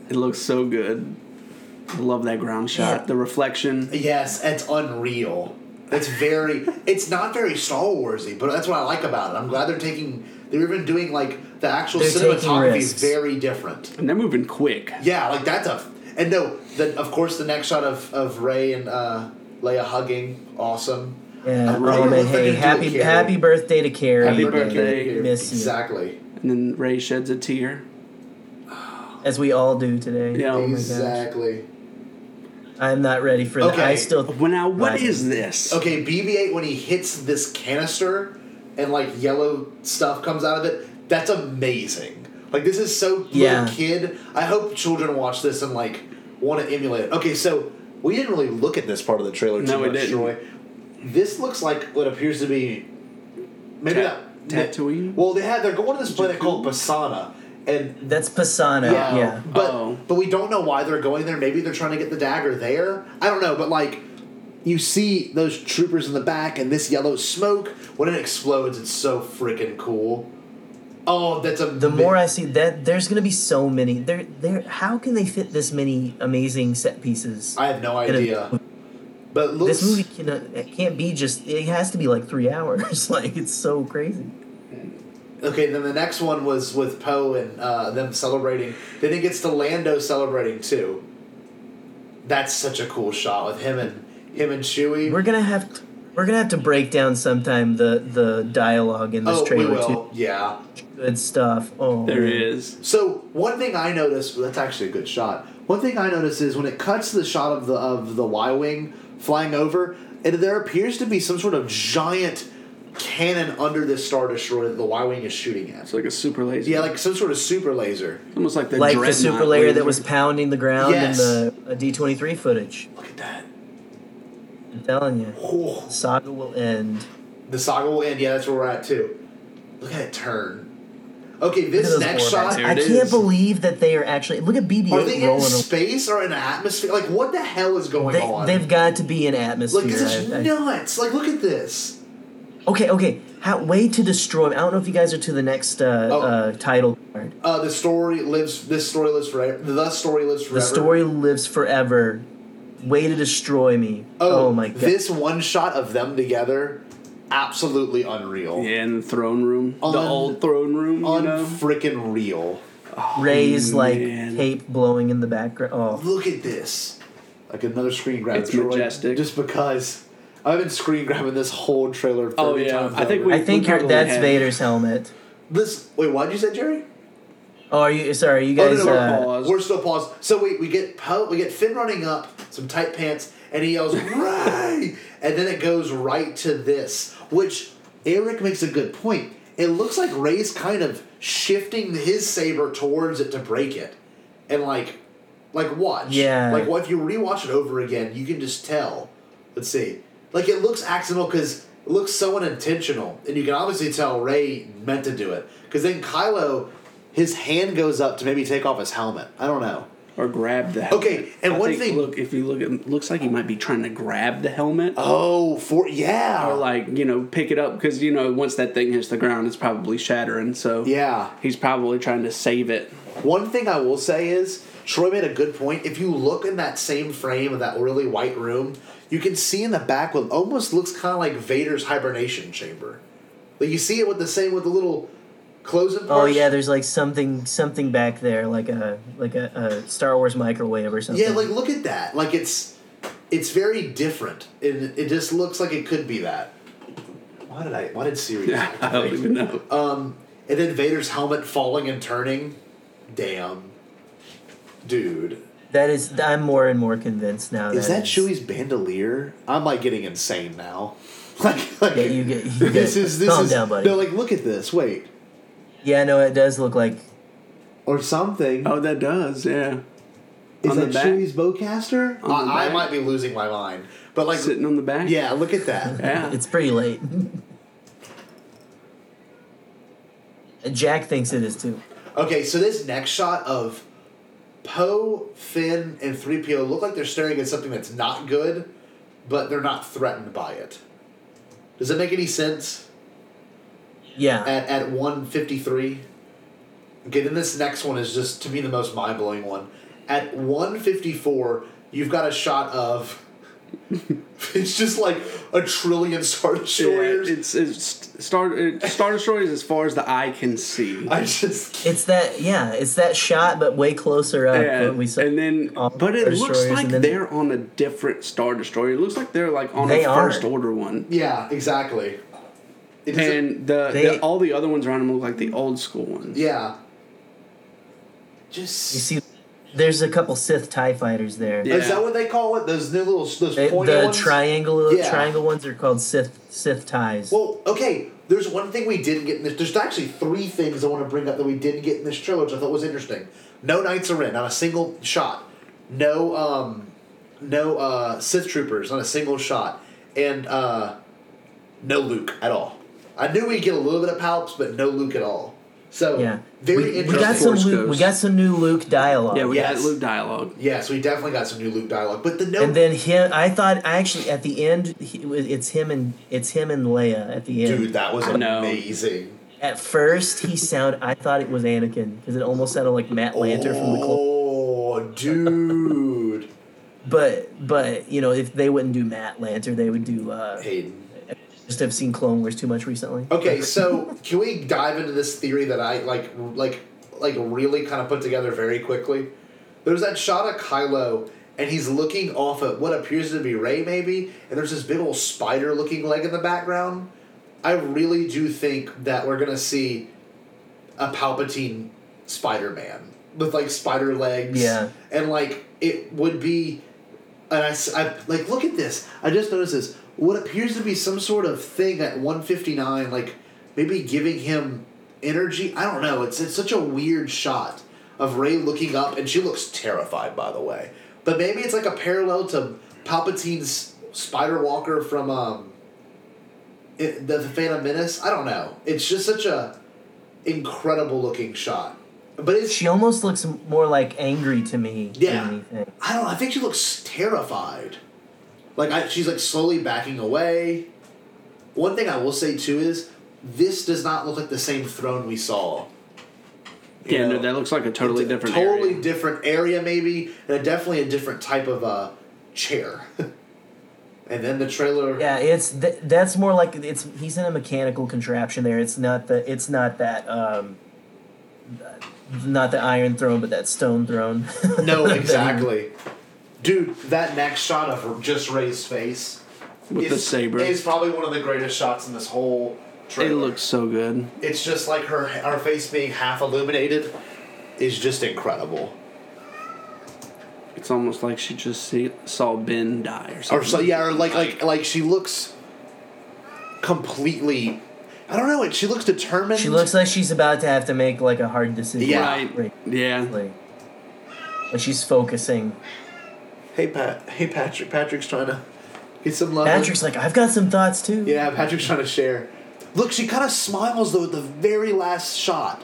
E: It looks so good. I love that ground shot.
D: Yeah.
E: The reflection.
C: yes, it's unreal. It's very, it's not very Star Warsy, but that's what I like about it. I'm glad they're taking, they're even doing like the actual
D: They're taking
C: cinematography is
D: risks.
C: very different.
E: And they're moving quick.
C: Yeah, like that's a, and no, the, of course the next shot of of Ray and uh, Leia hugging, awesome.
D: yeah.
C: I really
D: oh man,
C: wish they
D: hey,
C: could do
D: happy
C: it, Carrie.
D: happy birthday to Carrie.
E: Happy
D: man.
E: birthday.
D: We Miss
C: exactly,
E: And then Ray sheds a tear.
D: you, as we all do today.
E: Yeah.
D: Oh my gosh.
C: exactly.
D: I'm not ready for
C: Okay.
D: that. I still.
E: Well, now what
D: Right.
E: is this?
C: Okay, BB-8 when he hits this canister and like yellow stuff comes out of it, that's amazing. Like this is so
D: Yeah.
C: little kid. I hope children watch this and like want to emulate it. Okay, so we didn't really look at this part of the trailer too
E: No, we
C: much,
E: didn't.
C: Troy. This looks like what appears to be maybe
E: Ta-
C: not ma-
E: Tatooine?
C: Well, they had they're going to this planet called Basana, and
D: That's Pisana.
C: yeah.
D: Yeah.
C: But
E: Oh.
C: but we don't know why they're going there. Maybe they're trying to get the dagger there. I don't know, but like you see those troopers in the back and this yellow smoke. When it explodes, it's so freaking cool. Oh, that's a
D: The more I see that, there's gonna be so many. There, there. How can they fit this many amazing set pieces?
C: I have no
D: in a-
C: idea. But it looks,
D: This movie cannot, it can't be just. It has to be like three hours. (laughs) like it's so crazy.
C: Okay, then the next one was with Poe and uh, them celebrating. Then it gets to Lando celebrating too. That's such a cool shot with him and him and Chewie.
D: We're gonna have to, we're gonna have to break down sometime the the dialogue in this
C: oh, we
D: trailer
C: will. Yeah.
D: too. Good stuff. Oh,
E: There
D: man.
E: is.
C: So one thing I noticed well, that's actually a good shot. One thing I noticed is when it cuts to the shot of the of the Y wing flying over, and there appears to be some sort of giant cannon under this star destroyer that the Y wing is shooting at.
E: It's like a super laser.
C: Yeah, like some sort of super laser.
E: almost like the
D: Like the
E: dreadnought
D: super layer that
E: laser.
D: was pounding the ground
C: Yes.
D: in the D twenty three footage.
C: Look at that.
D: I'm telling you,
C: Oh.
D: the saga will end.
C: The saga will end. Yeah, that's where we're at too. Look at it turn. Okay,
D: Look at
C: this
D: those
C: next
D: orbits.
C: shot.
E: There
D: I
E: it
D: can't
E: is.
D: believe that they are actually. Look at BB
C: Are they
D: eight
C: in
D: rolling.
C: space or in atmosphere? Like, what the hell is going
D: They,
C: on?
D: they've got to be in
C: like,
D: atmosphere.
C: this is
D: I- I-
C: nuts. Like, look at this.
D: Okay, okay. How, way to destroy. I don't know if you guys are to the next uh,
C: Oh.
D: uh, title card.
C: Uh, the story lives. This story lives forever. The story lives forever.
D: The story lives forever. Way to destroy me. Oh, my god.
C: This one shot of them together, absolutely unreal.
E: Yeah, in the throne room.
C: Un-
E: the old throne room, you know?
C: Unfreaking real.
D: Ray's like
E: man.
D: cape blowing in the background. Oh,
C: Look at this. Like another screen grab.
E: It's
C: Troy,
E: majestic.
C: Just because. I've been screen grabbing this whole trailer. 30
E: Oh, yeah.
C: times
E: I think
C: over.
E: we-
D: I think you're,
E: probably
D: that's
E: have-
D: Vader's helmet.
C: This wait, what did you say, Jerry?
D: Oh, are you sorry? You guys.
C: oh, no, no, we're,
D: uh,
C: paused. we're still paused. So we, we get Poe, we get Finn running up, some tight pants, and he yells "Ray!" and then it goes right to this, which Eric makes a good point. It looks like Ray's kind of shifting his saber towards it to break it, and like, like watch,
D: Yeah.
C: like what if you rewatch it over again, you can just tell. Let's see, like it looks accidental because it looks so unintentional, and you can obviously tell Ray meant to do it because then Kylo. His hand goes up to maybe take off his helmet. I don't know.
E: or grab the helmet.
C: Okay, and
E: I
C: one
E: think,
C: thing-
E: Look, if you look, it looks like he might be trying to grab the helmet.
C: Oh, for
E: Or
C: yeah,
E: like you know, pick it up because you know once that thing hits the ground, it's probably shattering. So
C: yeah.
E: he's probably trying to save it. (laughs)
C: One thing I will say is Troy made a good point. If you look in that same frame of that really white room, you can see in the back what almost looks kind of like Vader's hibernation chamber. Like you see it with the same with the little closing.
D: oh
C: parts.
D: yeah, there's like something something back there, like a like a, a Star Wars microwave or something.
C: yeah. Like look at that. Like it's it's very different, and it just looks like it could be that. Why did I? Why did Siri?
E: Yeah, I don't even know.
C: Um, and then Vader's helmet falling and turning. Damn, dude.
D: that is. I'm more and more convinced now.
C: Is that
D: is-
C: Chewie's bandolier? I'm like getting insane now. (laughs) Like, like
D: Yeah, you
C: (laughs)
D: get- you get-
C: this is this
D: calm
C: is
D: down, buddy.
C: no like look at this wait
D: Yeah, no, it does look like
C: or something.
E: Oh, that does. Yeah,
C: is
E: on the
C: that
E: back?
C: Chewie's bowcaster?
E: On the
C: I, I
E: back?
C: might be losing my mind, but like
E: sitting on the
C: (laughs)
E: back.
C: yeah, look at that.
E: yeah.
D: It's pretty late. (laughs) Jack thinks it is too.
C: Okay, so this next shot of Poe, Finn, and three PO look like they're staring at something that's not good, but they're not threatened by it. Does that make any sense?
D: Yeah.
C: at, at 153. Okay, then this next one is just to me the most mind blowing one. At 154, you've got a shot of. (laughs) it's just like a trillion Star
E: Yeah,
C: Destroyers.
E: it's, it's star it, star destroyers as far as the eye can see.
C: I just.
D: It's that yeah, it's that shot but way closer up
E: Yeah,
D: what we saw.
E: and then
D: all
E: but it
D: Star
E: looks
D: Destroyers,
E: like
D: and then-
E: they're on a different star destroyer. It looks like they're like on
D: They
E: a
D: are.
E: first order one.
C: Yeah, exactly. It doesn't-
E: and the,
D: They-
E: the all the other ones around him look like the old school ones.
C: yeah.
D: you
C: Just.
D: see there's a couple Sith TIE fighters there.
E: Yeah.
C: Is that what they call it? Those new little. Those
D: They-
C: pointy
D: the
C: ones?
D: triangle
C: Yeah.
D: triangle ones are called Sith Sith ties.
C: Well, okay. There's one thing we didn't get in this. There's actually three things I want to bring up that we didn't get in this trailer, which I thought was interesting. No knights are in, not a single shot. No, um, no uh, Sith troopers, not a single shot, and uh, no Luke at all. I knew we'd get a little bit of Palps, but no Luke at all. So
D: Yeah,
C: very
D: we, we
C: interesting.
D: got some
E: Force
D: Luke, we
E: Ghost.
D: got some new Luke dialogue.
E: Yeah, we
C: Yes.
E: got Luke dialogue.
C: yes, we definitely got some new Luke dialogue. But the note
D: and then him, I thought actually at the end he, it's him and it's him and Leia at the end.
C: dude, that was
E: I know.
C: amazing.
D: At first, he sound I thought it was Anakin because it almost sounded like Matt Lanter from the Clone.
C: Oh, dude,
D: But but you know if they wouldn't do Matt Lanter, they would do. Uh,
C: Hayden.
D: just have seen Clone Wars too much recently.
C: Okay, so can we dive into this theory that I like, like, like really kind of put together very quickly? There's that shot of Kylo, and he's looking off at what appears to be Ray, maybe, and there's this big old spider-looking leg in the background. I really do think that we're gonna see a Palpatine Spider-Man with like spider legs,
D: Yeah.
C: and like it would be and I, s- I- like look at this. I just noticed this. What appears to be some sort of thing at one fifty nine, like maybe giving him energy. I don't know. It's it's such a weird shot of Ray looking up, and she looks terrified, by the way. But maybe it's like a parallel to Palpatine's Spider Walker from um, it, the Phantom Menace. I don't know. It's just such a incredible looking shot. But it's
D: She almost looks m- more like angry to me
C: Yeah.
D: than anything.
C: I don't. I think she looks terrified. Like I, she's like slowly backing away. One thing I will say too is this does not look like the same throne we saw. You
E: Yeah,
C: know,
E: no, that looks like a totally
C: it's a
E: different
C: totally
E: area.
C: different area maybe, and a, definitely a different type of uh, chair. (laughs) and then the trailer.
D: Yeah, it's th- that's more like it's he's in a mechanical contraption there. It's not the it's not that um not the iron throne but that stone throne. (laughs)
C: No, exactly. Dude, that next shot of just Ray's face
E: with the
C: is-
E: saber.
C: is probably one of the greatest shots in this whole trailer.
E: It looks so good.
C: it's just like her her face being half illuminated is just incredible.
E: It's almost like she just see, saw Ben die or something.
C: Or so yeah, or like like like she looks completely. I don't know. It she looks determined.
D: she looks like she's about to have to make like a hard decision.
C: Yeah.
E: Right.
D: Right.
E: Yeah.
D: Like, like she's focusing.
C: Hey Pat. Hey Patrick. Patrick's trying to get some love.
D: Patrick's like, I've got some thoughts too.
C: Uh-huh. Yeah, Patrick's trying to share. Look, she kind of smiles though at the very last shot,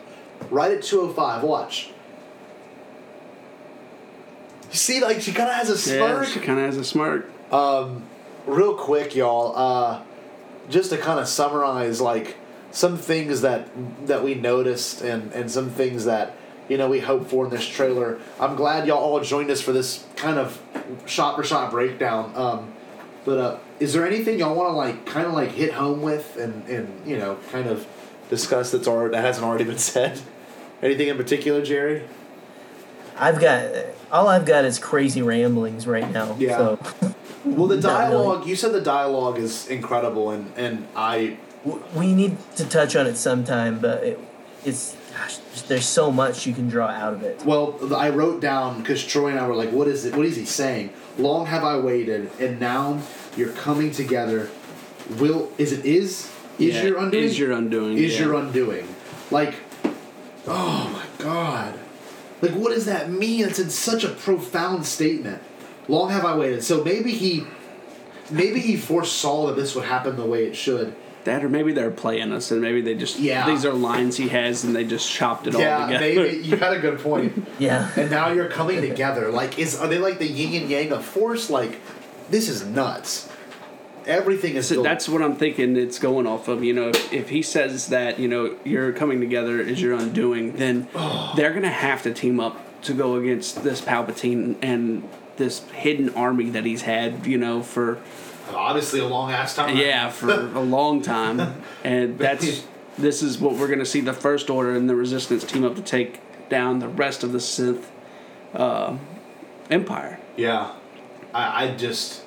C: right at two oh five. Watch. You see, like she kind of has a
E: Yeah,
C: smirk.
E: she kind of has a smirk.
C: real quick, y'all. Uh, just to kind of summarize, like some things that that we noticed, and and some things that you know we hope for in this trailer. I'm glad y'all all joined us for this kind of shot for shot breakdown. Um, but uh, is there anything y'all want to like kind of like hit home with, and and you know kind of discuss that's already that hasn't already been (laughs) said? Anything in particular, Jerry?
D: I've got all I've got is crazy ramblings right now.
C: Yeah.
D: So
C: Well, the
D: Not really.
C: dialogue. You said the dialogue is incredible, and and I
D: w- we need to touch on it sometime, but it, it's gosh, there's so much you can draw out of it.
C: Well, I wrote down because Troy and I were like, "What is it? What is he saying? Long have I waited, and now you're coming together. Will is it is is
E: Yeah,
C: your undoing?
E: Is your undoing?
C: is
E: yeah.
C: your undoing? Like, oh my god! Like, what does that mean? It's in such a profound statement. Long have I waited. So maybe he, maybe he foresaw that this would happen the way it should.
E: that, or maybe they're playing us, and maybe they just
C: Yeah.
E: These are lines he has, and they just chopped it all
C: Yeah,
E: together.
C: maybe you had a good point.
D: Yeah.
C: and now you're coming together. Like, is are they like the yin and yang of force? Like, this is nuts. Everything is
E: So
C: built-
E: that's what I'm thinking. It's going off of you know if, if he says that you know you're coming together is your undoing, then they're gonna have to team up to go against this Palpatine and this hidden army that he's had you know for
C: obviously a long ass time.
E: yeah for a long time, and that's this is what we're gonna see the First Order and the Resistance team up to take down the rest of the Sith uh, Empire.
C: yeah. I, I just,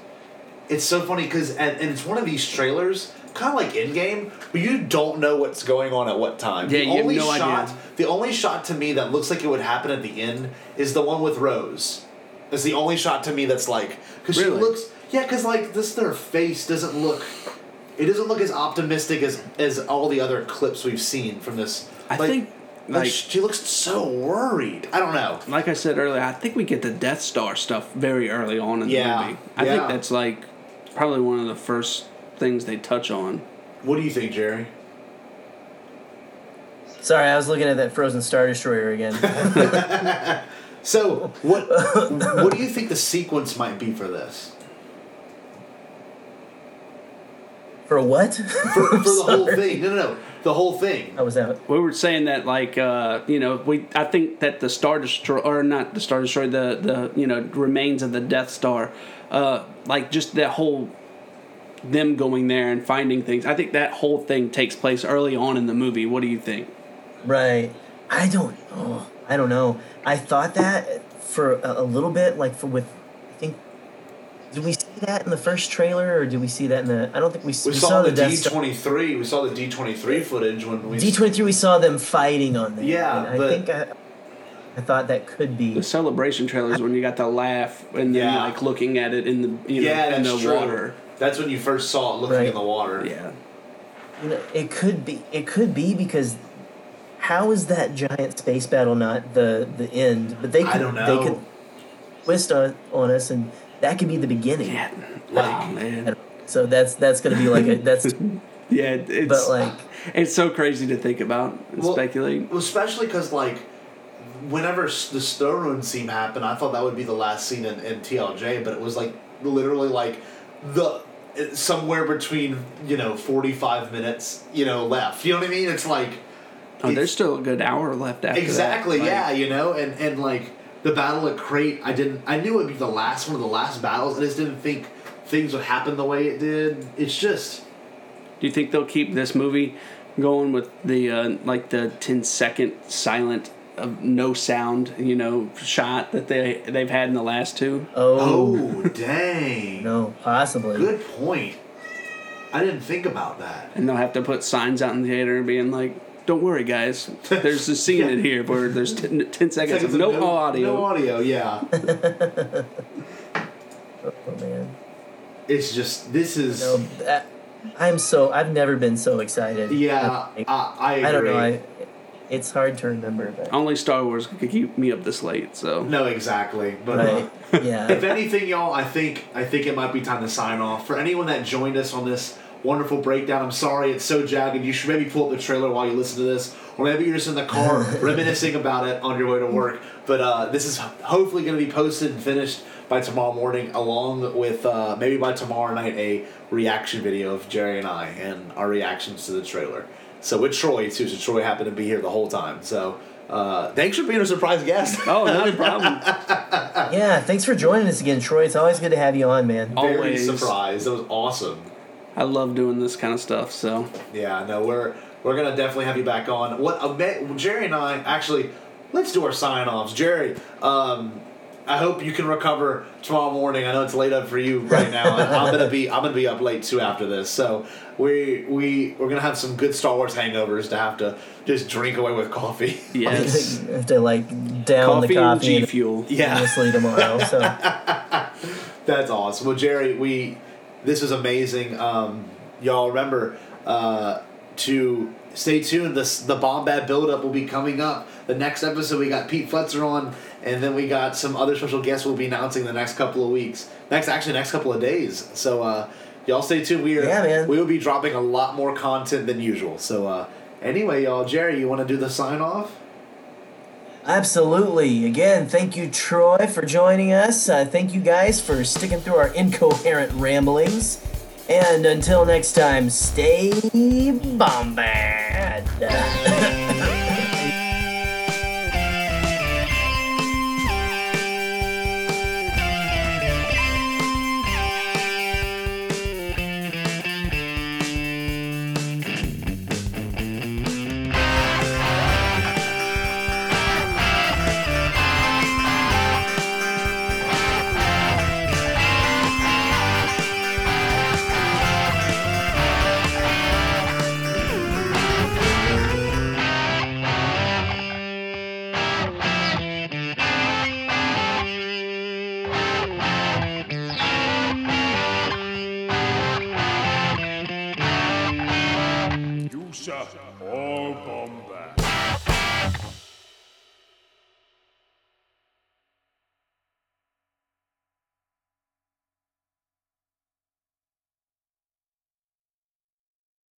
C: it's so funny because and, and it's one of these trailers, kind of like in game, where you don't know what's going on at what time. the
E: Yeah, you have
C: only
E: no idea.
C: shot, The only shot to me that looks like it would happen at the end is the one with Rose. It's the only shot to me that's like because
E: Really?
C: she looks yeah because like this their face doesn't look it doesn't look as optimistic as as all the other clips we've seen from this.
E: I
C: Like-
E: think,
C: like,
E: like-
C: she looks so worried. I don't know.
E: like I said earlier, I think we get the Death Star stuff very early on in
C: Yeah,
E: the movie. I
C: yeah.
E: think that's like probably one of the first things they touch on.
C: What do you think, Jerry?
D: Sorry, I was looking at that frozen star destroyer again.
C: (laughs) So what what do you think the sequence might be for this?
D: For what? (laughs)
C: For, for the whole thing? No, no, no. The whole thing.
D: I was out.
E: We were saying that, like, uh, you know, we I think that the Star Destroyer, or not the Star Destroyer, the, the you know, remains of the Death Star, uh, like, just that whole them going there and finding things. I think that whole thing takes place early on in the movie. What do you think?
D: Right. I don't. Oh, I don't know. I thought that for a, a little bit, like for with, I think, did we see that in the first trailer, or did we see that in the? I don't think we, s-
C: We, saw, the
D: Death
C: D twenty three. We saw the D twenty three footage when we.
D: D twenty three. We saw them fighting on there.
C: Yeah,
D: and I
C: but-
D: think I, I thought that could be.
E: The celebration trailers when you got the laugh and then
C: Yeah.
E: like looking at it in the you know
C: yeah,
E: in
C: that's
E: the
C: true.
E: water.
C: That's when you first saw it looking
D: Right.
C: in the water.
E: Yeah.
D: You know, it could be. It could be because. How is that giant space battle not the the end? But they could,
C: I don't
D: they could
C: know.
D: twist on, on us, and that could be the beginning.
E: Yeah.
C: Like-
E: oh, man.
D: So that's that's gonna be like
C: (laughs)
D: a, that's
E: Yeah, it- it's
D: but like
E: it's so crazy to think about and
C: Well-
E: speculate.
C: Well, especially because like, whenever s- the Stone Run scene happened, I thought that would be the last scene in, in TLJ, but it was like literally like the it- somewhere between you know forty five minutes you know left. You know what I mean? It's like
E: Oh,
C: it's-
E: there's still a good hour left after that.
C: exactly
E: Like,
C: yeah you know and and like the battle at Crate, I didn't I knew it would be the last one of the last battles. I just didn't think things would happen the way it did. It's just.
E: Do you think they'll keep this movie going with the uh, like the 10 second silent of no sound, you know, shot that they they've had in the last two?
D: oh,
C: Oh dang!
D: no, possibly.
C: Good point. I didn't think about that.
E: And they'll have to put signs out in the theater being like, "Don't worry, guys. There's a scene
C: (laughs)
E: in here where there's 10, 10 seconds of
C: Seconds of
E: no, audio."
C: No audio,
D: (laughs)
C: yeah.
D: Oh man,
C: it's just this is
D: no, that, I'm so I've never been so excited.
C: yeah.
D: I,
C: I, I agree.
D: I don't know. I, it's hard to remember, but
E: Only Star Wars could keep me up this late, so
C: no, exactly. But uh,
D: right,
C: (laughs) if
D: yeah.
C: anything, y'all, I think I think it might be time to sign off. For anyone that joined us on this wonderful breakdown, I'm sorry it's so jagged. You should maybe pull up the trailer while you listen to this, or maybe you're just in the car reminiscing about it on your way to work. But uh, this is hopefully going to be posted and finished by tomorrow morning, along with uh, maybe by tomorrow night a reaction video of Jerry and I and our reactions to the trailer. So with Troy too, so Troy happened to be here the whole time. So uh, thanks for being a surprise guest. (laughs)
E: Oh, not a problem.
D: yeah, thanks for joining us again, Troy. It's always good to have you on, man.
E: Oh.
C: Very
E: Always.
C: surprised. That was awesome.
E: I love doing this kind of stuff, so
C: Yeah, no, we're we're gonna definitely have you back on. What a ma- Jerry and I actually, let's do our sign offs. Jerry, um, I hope you can recover tomorrow morning. I know it's late up for you right now. and I'm gonna be I'm gonna be up late too after this. So we we we're gonna have some good Star Wars hangovers to have to just drink away with coffee. (laughs)
E: yes.
D: have (laughs) to like down
E: coffee,
D: the
E: and
D: coffee
E: G
D: and
E: Fuel.
C: Yeah.
D: endlessly tomorrow. So
C: That's awesome. Well, Jerry, we this was amazing. Um, y'all remember uh, to stay tuned. This the Bombad buildup will be coming up. The next episode we got Pete Fletzer on, and then we got some other special guests we'll be announcing the next couple of weeks. Next, actually, next couple of days. So uh, y'all stay tuned. We are
D: Yeah, man.
C: we will be dropping a lot more content than usual. So uh, anyway, y'all, Jerry, you want to do the sign off?
D: (laughs) Absolutely. Again, thank you, Troy, for joining us. Uh, thank you guys for sticking through our incoherent ramblings. And until next time, stay bombad.
G: You shall all bomb